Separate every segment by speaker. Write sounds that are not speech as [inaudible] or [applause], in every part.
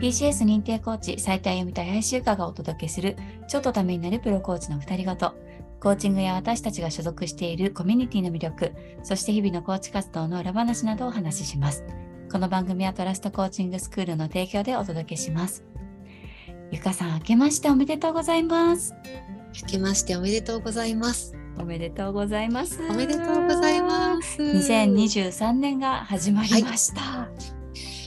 Speaker 1: PCS 認定コーチ斉藤由美と林優香がお届けするちょっとためになるプロコーチの2人ごとコーチングや私たちが所属しているコミュニティの魅力そして日々のコーチ活動の裏話などをお話ししますこの番組はトラストコーチングスクールの提供でお届けしますゆかさん明けましておめでとうございます
Speaker 2: 明けましておめでとうございます。
Speaker 1: おめでとうございます
Speaker 2: おめでとうございます。
Speaker 1: 2023年が始まりました、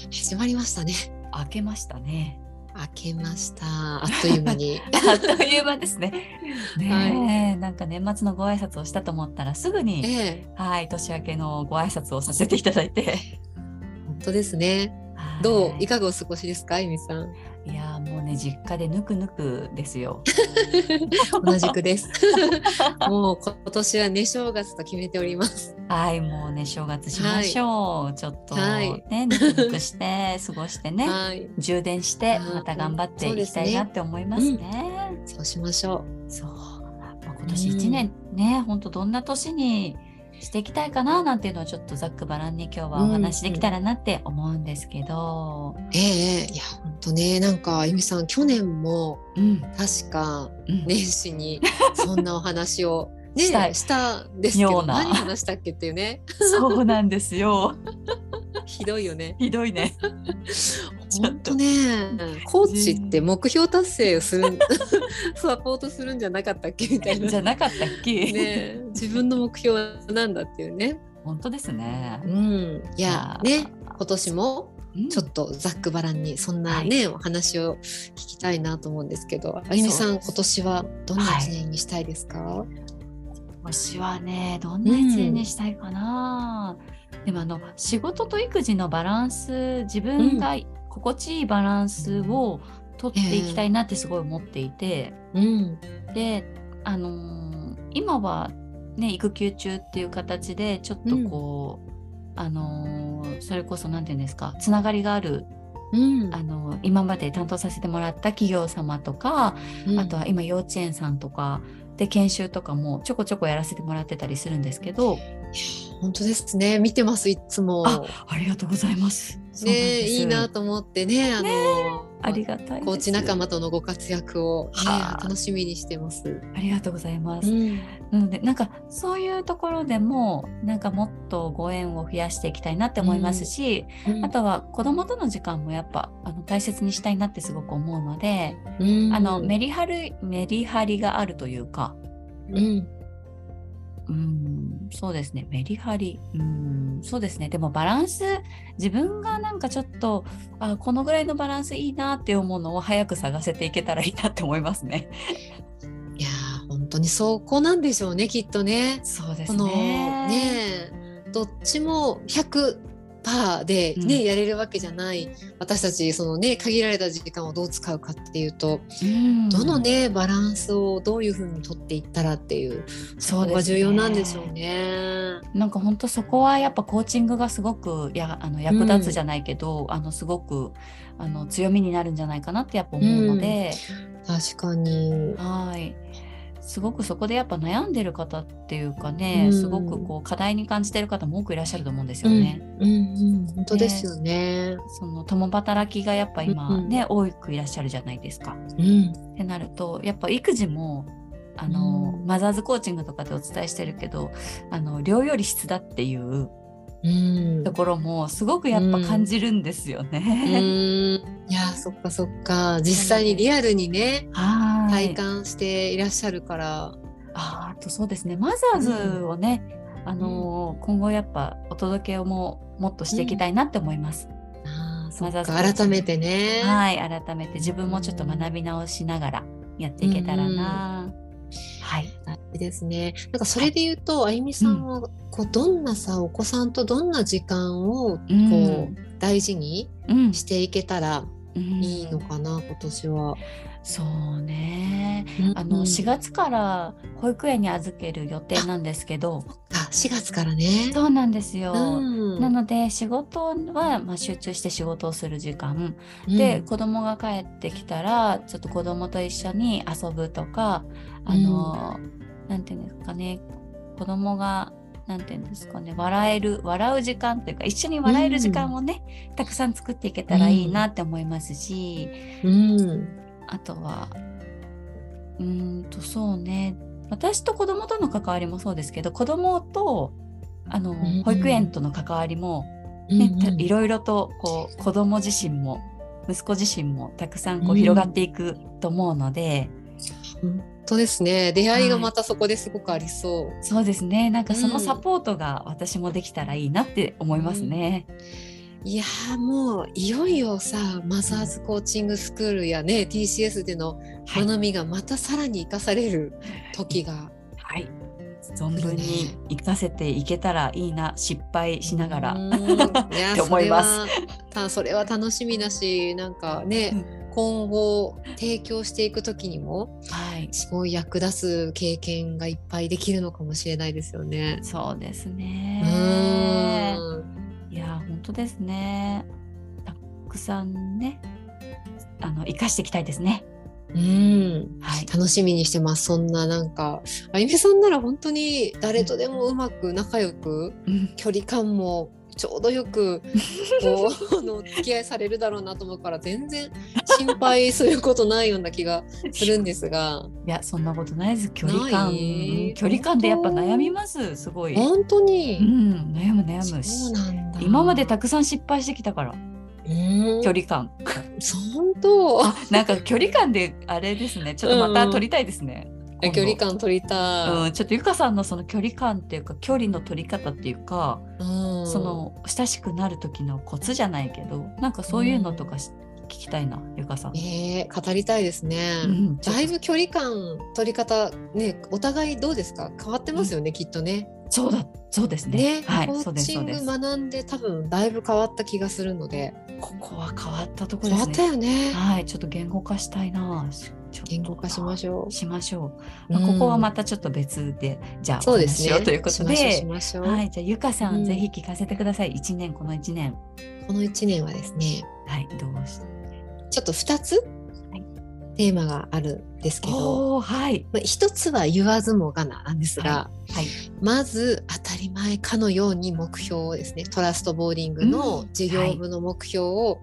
Speaker 2: 始まりましたね。
Speaker 1: 明けましたね
Speaker 2: 明け
Speaker 1: [laughs]
Speaker 2: ました。あっという間に。
Speaker 1: あっという間ですね。
Speaker 2: [laughs]
Speaker 1: ねえ、なんか年末のご挨拶をしたと思ったらすぐ
Speaker 2: え
Speaker 1: に、
Speaker 2: え、
Speaker 1: はい、年明けのご挨拶をさせていただいて。
Speaker 2: 本当ですね。 [laughs] どう
Speaker 1: はい
Speaker 2: かがお過ごしですか、え
Speaker 1: [laughs]
Speaker 2: みさん。
Speaker 1: いいやー、もうね、実家でぬくぬくです
Speaker 2: [laughs]
Speaker 1: よ。
Speaker 2: 同じくです。 [laughs] もう今年はね正月と決めております。
Speaker 1: はい、もうね、正月しましょう。ちょっと、
Speaker 2: はい
Speaker 1: ね、ぬくぬくして、過ごしてね。
Speaker 2: [laughs] はい、
Speaker 1: 充電して
Speaker 2: はい
Speaker 1: また頑張っていきたいなって思いますね。
Speaker 2: そうしましょ
Speaker 1: そう,、まあ今年一年ね、本当どんな年にしていきたいかななんていうのをちょっとざっくばらんに今日はお話しできたらなって思うんですけど
Speaker 2: う。。ええいや本当ねなんかえみさん去年も
Speaker 1: うん、
Speaker 2: 確か
Speaker 1: うん
Speaker 2: 年始にそんなお話をね
Speaker 1: したい
Speaker 2: したんですけ
Speaker 1: よ
Speaker 2: ど
Speaker 1: うな
Speaker 2: 何話したっけっていうね
Speaker 1: [laughs] そうなんですよ。
Speaker 2: ひどいよね。
Speaker 1: ひどい [laughs] ね。ょっと
Speaker 2: 本当ね、コーチって目標達成をする [laughs] サポートするんじゃなかったっけみたいな。
Speaker 1: じゃなかったっけ、
Speaker 2: ね、自分の目標はなんだっていうね。
Speaker 1: 本当ですね
Speaker 2: う。ん、いや
Speaker 1: いや
Speaker 2: ね、今年も
Speaker 1: うん
Speaker 2: ちょっとざっくばらんにそんなね、お話を聞きたいなと思うんですけど、あゆみさん今年はどんな一年にしたいですか？
Speaker 1: 今年はねどんな一年にしたいかな、でもあの仕事と育児のバランス自分が心地いいバランスを取っていきたいなってすごい思っていて、
Speaker 2: うん、
Speaker 1: であのー今はね育休中っていう形でちょっとこう、あのーそれこそ何て言うんですかつながりがある、
Speaker 2: うん
Speaker 1: あのー今まで担当させてもらった企業様とか、あと
Speaker 2: は
Speaker 1: は今幼稚園さんとかで研修とかもちょこちょこやらせてもらってたりするんですけど
Speaker 2: 本当ですね、見てますいつも。
Speaker 1: あありがとうございます。そうなん
Speaker 2: ね
Speaker 1: です
Speaker 2: いいなと思ってね、あの、
Speaker 1: ありがたいです。
Speaker 2: コーチ仲間とのご活躍を、ね
Speaker 1: はあ、
Speaker 2: 楽しみにしてます。
Speaker 1: ありがとうございます。
Speaker 2: ん、
Speaker 1: なのでなんかそういうところでもなんかもっとご縁を増やしていきたいなって思いますし、あとは子供との時間もやっぱあの大切にしたいなってすごく思うので、
Speaker 2: うん
Speaker 1: あのメリハリメリハリがあるというか、
Speaker 2: うん、
Speaker 1: うん、そうですね、メリハリ。うん、そうですね。でもバランス、自分がなんかちょっと、あ、このぐらいのバランスいいなって思うのを早く探せていけたらいいなって思いますね。
Speaker 2: いやー、本当にそこなんでしょうね、きっとね。
Speaker 1: そうで
Speaker 2: こ
Speaker 1: す
Speaker 2: の
Speaker 1: ね。
Speaker 2: ねどっちも100パーでね、
Speaker 1: うん
Speaker 2: やれるわけじゃない私たちそのね限られた時間をどう使うかっていうと、
Speaker 1: うん
Speaker 2: どのねバランスをどういうふうに取っていったらっていう
Speaker 1: そうです
Speaker 2: の
Speaker 1: ね
Speaker 2: が重要なんでしょうね。
Speaker 1: なんか本当そこはやっぱコーチングがすごくやあの役立つじゃないけど、あのすごくあの強みになるんじゃないかなってやっぱ思うので、
Speaker 2: 確かに。
Speaker 1: はい。すごくそこでやっぱ悩んでる方っていうかね、
Speaker 2: うん
Speaker 1: すごくこう課題に感じてる方も多くいらっしゃると思うんです
Speaker 2: う
Speaker 1: よ
Speaker 2: ん
Speaker 1: ね。
Speaker 2: うんうん、本当ですよね。
Speaker 1: その共働きがやっぱ今
Speaker 2: うん
Speaker 1: ね、多くいらっしゃるじゃないですか。
Speaker 2: うん、
Speaker 1: ってなるとやっぱ育児もあの、
Speaker 2: うん
Speaker 1: マザーズコーチングとかでお伝えしてるけどあの量より質だっていう
Speaker 2: うん
Speaker 1: ところもすごくやっぱ感じるんですよ
Speaker 2: う
Speaker 1: ね。
Speaker 2: ーんいやそっかそっか実際にリアルにね
Speaker 1: [laughs] は
Speaker 2: 体
Speaker 1: い。
Speaker 2: 感していらっしゃるから、
Speaker 1: あーあとそうですねマザーズをね、あのー今後やっぱお届けをももっとしていきたいなって思います。
Speaker 2: あーそ
Speaker 1: マ
Speaker 2: っ
Speaker 1: ザー
Speaker 2: か
Speaker 1: ズコーチ
Speaker 2: 改めてね、
Speaker 1: はい改めて自分もちょっと学び直しながらやっていけたらな。はい。
Speaker 2: 大事ですねなんかそれで言うとあゆみさんはこうどんなさお子さんとどんな時間をこう大事に
Speaker 1: うん
Speaker 2: していけたら
Speaker 1: うん
Speaker 2: いいのかな、今年は。
Speaker 1: そうね。あの4
Speaker 2: 月
Speaker 1: 月から保育園に預ける予定なんですけど、
Speaker 2: あ4月からね。
Speaker 1: そうなんですよ。
Speaker 2: うん
Speaker 1: なので仕事は、まあ、集中して仕事をする時間、
Speaker 2: うん
Speaker 1: で子供が帰ってきたらちょっと子供と一緒に遊ぶとかあの、なんていうんですかね子供がなんていうんですかね笑える笑う時間というか一緒に笑える時間をね、たくさん作っていけたらいいなって思いますし、
Speaker 2: うん
Speaker 1: あとはうーんとそうね私と子供との関わりもそうですけど子供とあの
Speaker 2: ん
Speaker 1: 保育園との関わりも、ねたいろいろとこう子供自身も息子自身もたくさんこ
Speaker 2: う
Speaker 1: うん広がっていくと思うので、
Speaker 2: 本当ですね出会いがまたそこですごくありそう、
Speaker 1: そうですねなんかその
Speaker 2: うん
Speaker 1: サポートが私もできたらいいなって思いますね。
Speaker 2: い、やーもういよいよさマザーズコーチングスクールやね TCS での
Speaker 1: はい、
Speaker 2: 学びがまたさらに生かされる時が、
Speaker 1: はい存分に活かせていけたらいいな失敗しながら [laughs]
Speaker 2: う。ーんい
Speaker 1: っ
Speaker 2: や
Speaker 1: て思います
Speaker 2: それはたそれは楽しみだしなんかね、今後提供していく時にも
Speaker 1: はい
Speaker 2: すごい役立つ経験がいっぱいできるのかもしれないですよね。
Speaker 1: そうです
Speaker 2: う
Speaker 1: ね。
Speaker 2: ーん
Speaker 1: いや本当ですね。たくさんね、あの生かしていきたいですね。
Speaker 2: うん
Speaker 1: はい。
Speaker 2: 楽しみにしてますそんななんかあゆみさんなら本当に誰とでもうまく仲良く
Speaker 1: うん
Speaker 2: 距離感もちょうどよくこうあ [laughs] の付き合いされるだろうなと思うから全然心配することないような気がするんですが
Speaker 1: いやそんなことないです。距離感、
Speaker 2: ない
Speaker 1: うん距離感でやっぱ悩みます。すごい。う
Speaker 2: 本当に、
Speaker 1: ん、悩む悩む
Speaker 2: そうなんだ
Speaker 1: 今までたくさん失敗してきたから
Speaker 2: うん
Speaker 1: 距離
Speaker 2: [laughs]
Speaker 1: 感。
Speaker 2: そう本当
Speaker 1: あなんか距離感であれですね。ちょっとまた取りたいですね。今度
Speaker 2: 距離感取りた
Speaker 1: う
Speaker 2: い、
Speaker 1: ん、ちょっとゆかさんのその距離感っていうか距離の取り方っていうか、
Speaker 2: うん
Speaker 1: その親しくなる時のコツじゃないけどなんかそういうのとかし、聞きたいなゆかさん。
Speaker 2: えー語りたいですね、
Speaker 1: うん
Speaker 2: だいぶ距離感取り方ねお互いどうですか変わってますよね、きっとね
Speaker 1: そうだそうですね。
Speaker 2: ね
Speaker 1: はい
Speaker 2: コ
Speaker 1: そう
Speaker 2: ー
Speaker 1: です
Speaker 2: チ
Speaker 1: そう
Speaker 2: ン
Speaker 1: で
Speaker 2: グ
Speaker 1: す。
Speaker 2: 学んで多分だいぶ変わった気がするので
Speaker 1: ここは変わったとこ
Speaker 2: 変
Speaker 1: で
Speaker 2: わ
Speaker 1: す
Speaker 2: っ
Speaker 1: ね。
Speaker 2: たよね
Speaker 1: はいちょっと言語化したいな。しちょっと
Speaker 2: 言語化しましょ
Speaker 1: しましょう。
Speaker 2: う、
Speaker 1: まあここはま
Speaker 2: た
Speaker 1: たちょっと別でじゃあ
Speaker 2: そうです
Speaker 1: お話しし
Speaker 2: ね
Speaker 1: ようということで。
Speaker 2: しましょうしましょう
Speaker 1: はいじゃあゆかさん、
Speaker 2: うん
Speaker 1: ぜひ聞かせてください。一年この一年
Speaker 2: この一年はですね
Speaker 1: はいどうし
Speaker 2: ちょっと二つ、
Speaker 1: い
Speaker 2: テーマがあるんですけど
Speaker 1: おーはい
Speaker 2: まあ一つは言わずもがななんですが、
Speaker 1: はい
Speaker 2: まず当たり前かのように目標をですねトラストボーリング
Speaker 1: う
Speaker 2: の
Speaker 1: ん
Speaker 2: 事業部の目標を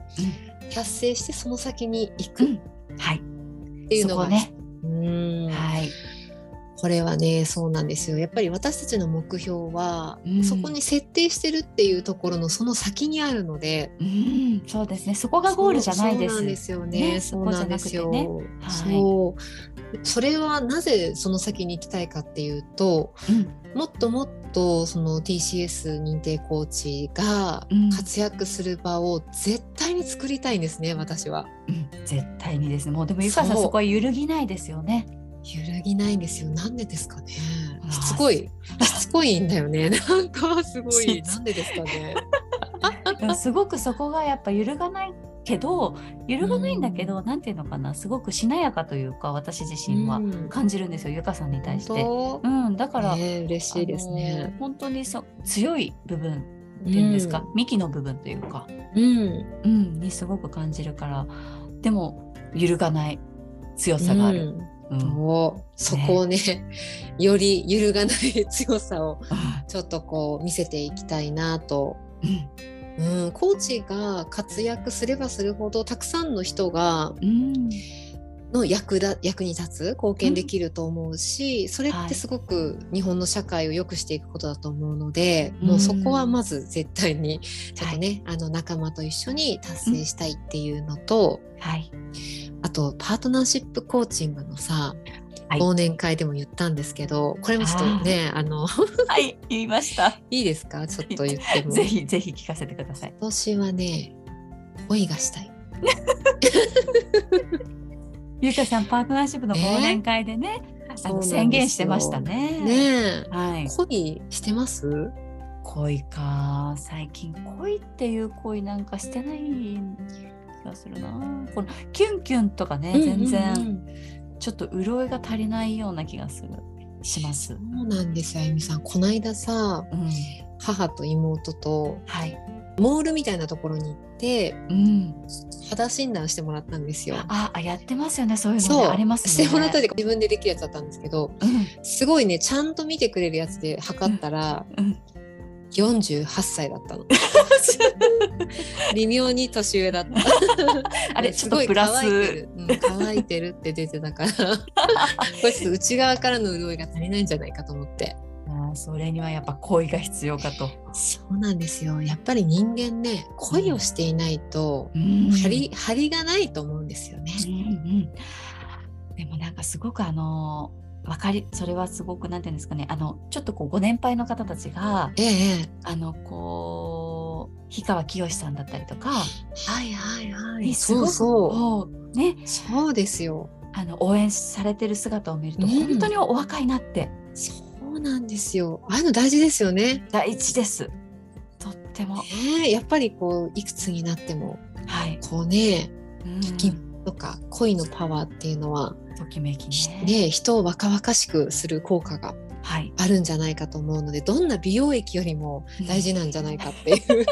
Speaker 2: 達成してその先に行くっ
Speaker 1: はい
Speaker 2: ていう
Speaker 1: そ
Speaker 2: の
Speaker 1: こ
Speaker 2: が、
Speaker 1: ね
Speaker 2: うー
Speaker 1: は
Speaker 2: ん
Speaker 1: い
Speaker 2: これはねそうなんですよやっぱり私たちの目標は、
Speaker 1: うん
Speaker 2: そこに設定してるっていうところのその先にあるので
Speaker 1: うんそうですねそこがゴールじゃないです。
Speaker 2: そうそうなんですよね
Speaker 1: ね
Speaker 2: そうなんですよ、
Speaker 1: そこじゃなはい
Speaker 2: そうそれはなぜその先に行きたいかっていうと、
Speaker 1: うん
Speaker 2: もっともっとその TCS 認定コーチが
Speaker 1: うん
Speaker 2: 活躍する場を絶対に作りたいんですね、私は。
Speaker 1: うん絶対にですねもうでもゆかさん
Speaker 2: そう
Speaker 1: そこは揺るぎないですよ
Speaker 2: [laughs]
Speaker 1: ね。
Speaker 2: 揺るぎないんですよ。なんでですかね
Speaker 1: あ。ー
Speaker 2: しつこい。しつこいんだよね。 [laughs] なんかすごい。
Speaker 1: しつ
Speaker 2: なんでですかね。
Speaker 1: でもすごくそこがやっぱ揺るがないけど揺るがないんだけど、なんていうのかなすごくしなやかというか私自身は
Speaker 2: うん
Speaker 1: 感じるんですよ、ゆかさんに対して。
Speaker 2: 本
Speaker 1: うん、だか
Speaker 2: 当
Speaker 1: ら、
Speaker 2: ね、嬉しいです
Speaker 1: あの
Speaker 2: ね。
Speaker 1: ー本当にそ強い部分っていうんですか、幹の部分というか、
Speaker 2: うん。
Speaker 1: うん、にすごく感じるからでも揺るがない強さがある。う
Speaker 2: うん。
Speaker 1: ん
Speaker 2: おそこをね、 [laughs] より揺るがない強さを
Speaker 1: あ
Speaker 2: ちょっとこう見せていきたいなと
Speaker 1: うん
Speaker 2: うん、コーチが活躍すればするほどたくさんの人が
Speaker 1: [laughs] うん
Speaker 2: の役だ役に立つ貢献できると思うし、それっ
Speaker 1: はい
Speaker 2: てすごく日本の社会を良くしていくことだと思うので、
Speaker 1: うん
Speaker 2: もうそこはまず絶対にちょっとね、あの仲間と一緒に達成したいっていうのと、
Speaker 1: はい、
Speaker 2: あとパートナーシップコーチングのさ、
Speaker 1: はい
Speaker 2: 忘年会でも言ったんですけどこれもちょっとねあ
Speaker 1: は
Speaker 2: の [laughs]
Speaker 1: い、言いました。
Speaker 2: いいですかちょっと言って
Speaker 1: [laughs]
Speaker 2: も。
Speaker 1: ぜひぜひ聞かせてください。
Speaker 2: 今年はね恋がしたい。
Speaker 1: ゆうかさん、パートナーシップの忘年会でね、あ
Speaker 2: そうな
Speaker 1: の
Speaker 2: んですよ
Speaker 1: 宣言してましたね。
Speaker 2: ねえ
Speaker 1: はい。
Speaker 2: 恋してます
Speaker 1: 恋か、最近恋っていう恋なんかしてない気がするな。このキュンキュンとかね、全
Speaker 2: うんう
Speaker 1: 然
Speaker 2: んうん
Speaker 1: ちょっと潤いが足りないような気がする。します。
Speaker 2: そうなんですよあゆみさんこないださ
Speaker 1: うん。
Speaker 2: 母と妹と
Speaker 1: はい。
Speaker 2: モールみたいなところに行って
Speaker 1: うん。
Speaker 2: 肌診断してもらったんですよ。
Speaker 1: ああやってますよねそういうのね
Speaker 2: そう
Speaker 1: あります
Speaker 2: し
Speaker 1: ね
Speaker 2: てもらったりとか自分でできるやつだったんですけど
Speaker 1: う
Speaker 2: すごいねちゃんと見てくれるやつで測ったら
Speaker 1: んうん
Speaker 2: 48歳だった
Speaker 1: [laughs]
Speaker 2: の微妙に年上だった
Speaker 1: あれちょっとプラス
Speaker 2: すごい乾いてる、うん乾いてるって出てたから
Speaker 1: [laughs]
Speaker 2: これちょっと内側からの潤いが足りないんじゃないかと思って
Speaker 1: あーそれにはやっぱ恋が必要かと。
Speaker 2: そうなんですよやっぱり人間ね恋をしていないと
Speaker 1: うん
Speaker 2: 張り,、張りがないと思うんですよね。
Speaker 1: うんうんでもなんかすごくあのわかりそれはすごくなんていうんですかねあのちょっとこうご年配の方たちが
Speaker 2: ええ
Speaker 1: あのこう氷川きよしさんだったりとか、
Speaker 2: はいはいは
Speaker 1: ね
Speaker 2: い。
Speaker 1: す
Speaker 2: そ
Speaker 1: ご
Speaker 2: う
Speaker 1: く
Speaker 2: そう。
Speaker 1: こうね
Speaker 2: そうですよ。
Speaker 1: あの応援されてる姿を見ると
Speaker 2: うん
Speaker 1: 本当にお若いなって
Speaker 2: そうなんですよ。ああいうの大事ですよね。
Speaker 1: 第一です。とっても
Speaker 2: ねえやっぱりこういくつになっても
Speaker 1: はい。
Speaker 2: こうね
Speaker 1: うん
Speaker 2: きとか恋のパワーっていうのは
Speaker 1: ときめき
Speaker 2: ひ
Speaker 1: ね。
Speaker 2: ねえ人を若々しくする効果が
Speaker 1: はい。
Speaker 2: あるんじゃないかと思うのでどんな美容液よりも大事なんじゃないかっていう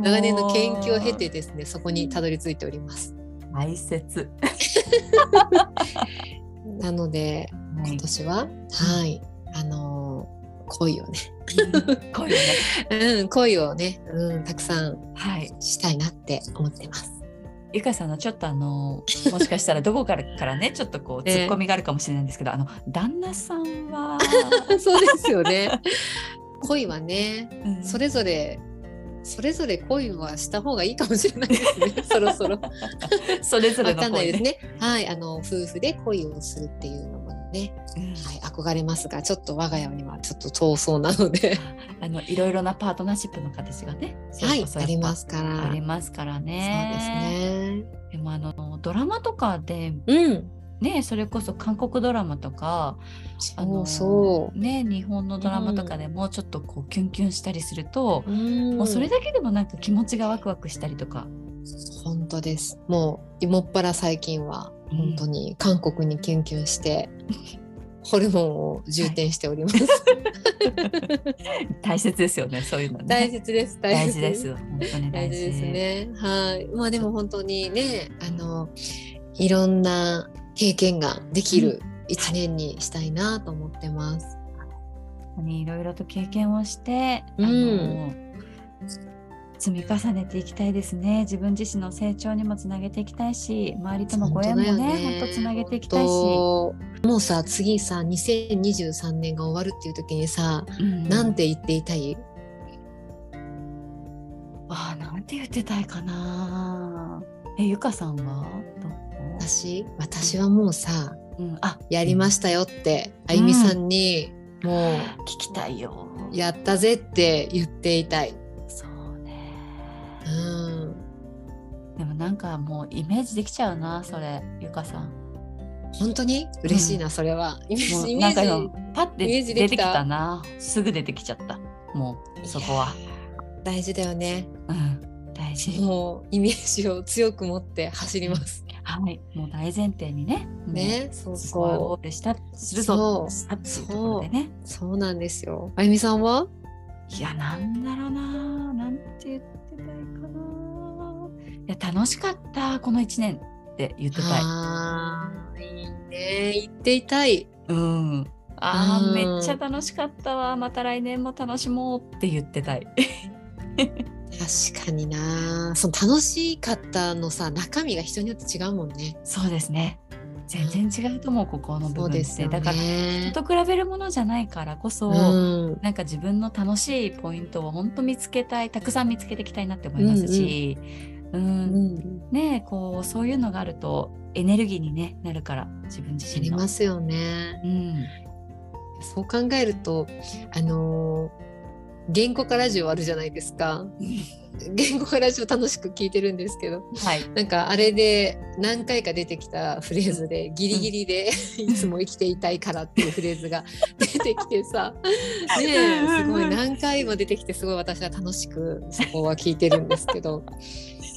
Speaker 2: 長年の研究を経てですねそこにたどり着いております。
Speaker 1: 大切。
Speaker 2: なので
Speaker 1: は
Speaker 2: 今
Speaker 1: い
Speaker 2: 年ははいあのー恋をね
Speaker 1: うんこういうね
Speaker 2: うん、恋をね、うん、たくさん
Speaker 1: はい。
Speaker 2: したいなって思ってます。
Speaker 1: ゆかさんのちょっとあ
Speaker 2: [laughs]
Speaker 1: のもしかしたらどこからからねちょっとこう
Speaker 2: ええ
Speaker 1: 突っ込みがあるかもしれないんですけど、あの旦那さんは、
Speaker 2: [laughs] そうですよね。 [laughs] 恋はね、
Speaker 1: うん
Speaker 2: それぞれ、それぞれ恋はした方がいいかもしれないで
Speaker 1: [laughs]
Speaker 2: すね。そろそろ。わ
Speaker 1: [laughs] それぞれの
Speaker 2: かんな
Speaker 1: 声
Speaker 2: いです
Speaker 1: ね。
Speaker 2: ね。はい、あの夫婦で恋をするっていうのもね、はい、憧れますが、ちょっと我が家にはちょっと遠そうなので。
Speaker 1: うんあのいろいろなパートナーシップの形がね、そ
Speaker 2: は
Speaker 1: れ
Speaker 2: い
Speaker 1: こ、そ
Speaker 2: あ
Speaker 1: やっぱ
Speaker 2: りますから。
Speaker 1: ありますからね。
Speaker 2: そうですね。
Speaker 1: でもあのドラマとかで
Speaker 2: うん、
Speaker 1: ねそれこそ韓国ドラマとかあ
Speaker 2: そ
Speaker 1: の
Speaker 2: うそ
Speaker 1: ね日本のドラマとかでもちょっとこうキュンキュンしたりすると
Speaker 2: う。、うん
Speaker 1: もうそれだけでもなんか気持ちがワクワクしたりとか。
Speaker 2: 本当ですもう芋っぱら最近は
Speaker 1: うん
Speaker 2: 本当に韓国にキュンキュン
Speaker 1: [laughs]
Speaker 2: して、ホルモンを充填しております、
Speaker 1: 大切ですよねそういうのね。
Speaker 2: 大切です
Speaker 1: 大事です。本当に大
Speaker 2: 大
Speaker 1: 事
Speaker 2: 事ですねはいまあでも本当にねあのいろんな経験ができる一年にしたいなと思ってます、
Speaker 1: 本当にいろいろと経験をして、
Speaker 2: うん
Speaker 1: あの積み重ねていきたいですね。自分自身の成長にもつなげていきたいし、周りとのご縁もね、本当つなげていきたいし、
Speaker 2: 本当もうさ次さ2023年が終わるっていう時にさ、
Speaker 1: うん
Speaker 2: なんて言っていたい
Speaker 1: あーなんて言ってたいかな。え、ゆかさんはどこ
Speaker 2: 私私はもうさ
Speaker 1: うん、あ、
Speaker 2: やりましたよって、あゆみさんに、もう、
Speaker 1: 聞きたいよ。
Speaker 2: やったぜって言っていたい。
Speaker 1: そうね。
Speaker 2: うん。
Speaker 1: でもなんかもうイメージできちゃうな、それ、ゆかさん。
Speaker 2: 本当に嬉しいな、それは。イメ
Speaker 1: も
Speaker 2: ージ、
Speaker 1: う
Speaker 2: イ
Speaker 1: な
Speaker 2: メ
Speaker 1: んか
Speaker 2: ージ
Speaker 1: 今。パッて
Speaker 2: イメー
Speaker 1: 出
Speaker 2: ジ
Speaker 1: て
Speaker 2: で
Speaker 1: き
Speaker 2: きた
Speaker 1: たなすぐ出てきちゃったもうそこは、
Speaker 2: 大事だよね。
Speaker 1: うん、大事
Speaker 2: もう、イメージを強く持って走ります。
Speaker 1: はいもう大前提にね
Speaker 2: ね、
Speaker 1: も
Speaker 2: そう
Speaker 1: うそこはゴ
Speaker 2: そ
Speaker 1: ールしたするぞ
Speaker 2: そう
Speaker 1: したっていうところでね
Speaker 2: う。そうなんですよ。あゆみさんはい
Speaker 1: やなんだろうななんて言ってたいかないや楽しかったこの1年って言ってたい
Speaker 2: あーいいね。言っていたい。
Speaker 1: うんあー
Speaker 2: うん
Speaker 1: めっちゃ楽しかったわまた来年も楽しもうって言ってた
Speaker 2: [laughs]
Speaker 1: い
Speaker 2: 確かにな。その楽しかったのさ、中身が人によって違うもんね。
Speaker 1: そうですね全然違うと思うここの部
Speaker 2: そう
Speaker 1: 分っ
Speaker 2: で
Speaker 1: て
Speaker 2: すよ
Speaker 1: だから
Speaker 2: ね。
Speaker 1: 人と比べるものじゃないからこそ、
Speaker 2: うん、
Speaker 1: なんか自分の楽しいポイントを本当見つけたいたくさん見つけていきたいなって思いますし、うん
Speaker 2: うん、
Speaker 1: ねえこうそういうのがあるとエネルギーに、ね、なるから自分
Speaker 2: あ
Speaker 1: 自身
Speaker 2: り
Speaker 1: の。
Speaker 2: ますよね。
Speaker 1: うん、
Speaker 2: そう考えると、あのー言語化ラジオあるじゃないですか。言語化ラジオ楽しく聞いてるんですけど、
Speaker 1: はい、
Speaker 2: なんかあれで何回か出てきたフレーズで、ギリギリでいつも生きていたいからっていうフレーズ
Speaker 1: [laughs]
Speaker 2: が出てきてさ、ねえ、すごい何回も出てきて、すごい私は楽しくそこは聞いてるんですけ
Speaker 1: [laughs]
Speaker 2: ど、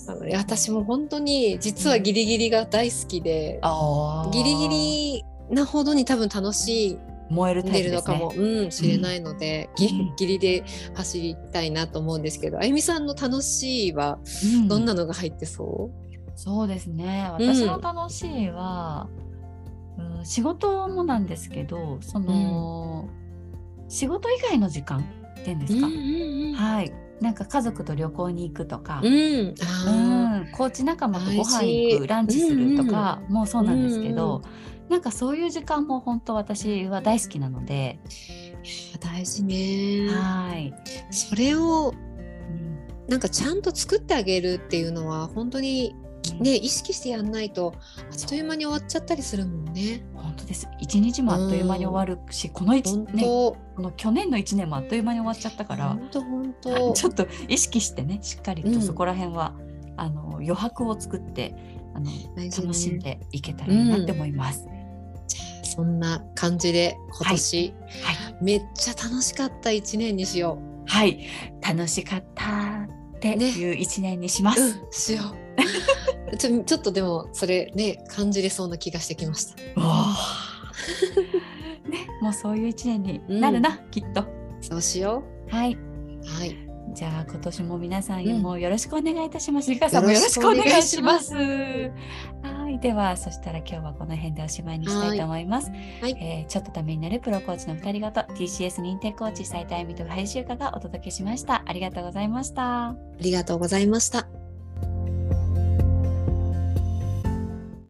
Speaker 2: あの私も本当に実はギリギリが大好きで、
Speaker 1: あー
Speaker 2: ギリギリなほどに多分楽しい
Speaker 1: 燃えるタ
Speaker 2: 出
Speaker 1: イプ
Speaker 2: る
Speaker 1: で
Speaker 2: の
Speaker 1: す
Speaker 2: か
Speaker 1: ね
Speaker 2: も、。うん、知れないので、ギリギリで走りたいなと思うんですけど、あゆみさんの楽しいは
Speaker 1: うん
Speaker 2: どんなのが入ってそう、
Speaker 1: そうですね
Speaker 2: うん
Speaker 1: 私の楽しいは、うん、仕事もなんですけどその、仕事以外の時間っていうんですか、
Speaker 2: ん
Speaker 1: はいなんか家族と旅行に行くとか、
Speaker 2: うん、
Speaker 1: う
Speaker 2: あ
Speaker 1: ん、コーチ仲間とご飯
Speaker 2: 大事
Speaker 1: 行くランチするとか、もうそうなんですけど、なんかそういう時間も本当私は大好きなので、
Speaker 2: ー大事ね。
Speaker 1: はい、
Speaker 2: それを
Speaker 1: うん
Speaker 2: なんかちゃんと作ってあげるっていうのは本当にね意識してやんないとあっという間に終わっちゃったりするもんね。
Speaker 1: 本当です一日もあっという間に終わるし、この一
Speaker 2: 本
Speaker 1: ね
Speaker 2: 当、
Speaker 1: この去年の1年もあっという間に終わっちゃったから、
Speaker 2: 本当本
Speaker 1: はい
Speaker 2: 当。
Speaker 1: ちょっと意識してねしっかり
Speaker 2: う
Speaker 1: と
Speaker 2: ん
Speaker 1: そこら辺は、あの余白を作ってあの
Speaker 2: 大事ね
Speaker 1: 楽しんでいけたらいいなって思います。
Speaker 2: そんな感じで今年、
Speaker 1: はい
Speaker 2: めっちゃ楽しかった一年にしよ
Speaker 1: はい楽しかったっていう一年にしま
Speaker 2: う。
Speaker 1: す。
Speaker 2: うん、しよう。 [laughs] ちょちょっとでもそれね感じれそうな気がしてきました。
Speaker 1: うわーねもうそういう一年になるな、きっと。
Speaker 2: そうしよ
Speaker 1: はい。
Speaker 2: う。はい。
Speaker 1: じゃあ今年も皆さん
Speaker 2: うん
Speaker 1: もうよろしくお願いいたします。ゆかさんもよろしくお願いします。はい。ではそしたら今日はこの辺でおしまいにしたいと思います。
Speaker 2: はいはい
Speaker 1: えーちょっとためになるプロコーチの二人ごと TCS 認定コーチ斉田愛美と林優香がお届けしました。ありがとうございました。
Speaker 2: ありがとうございました。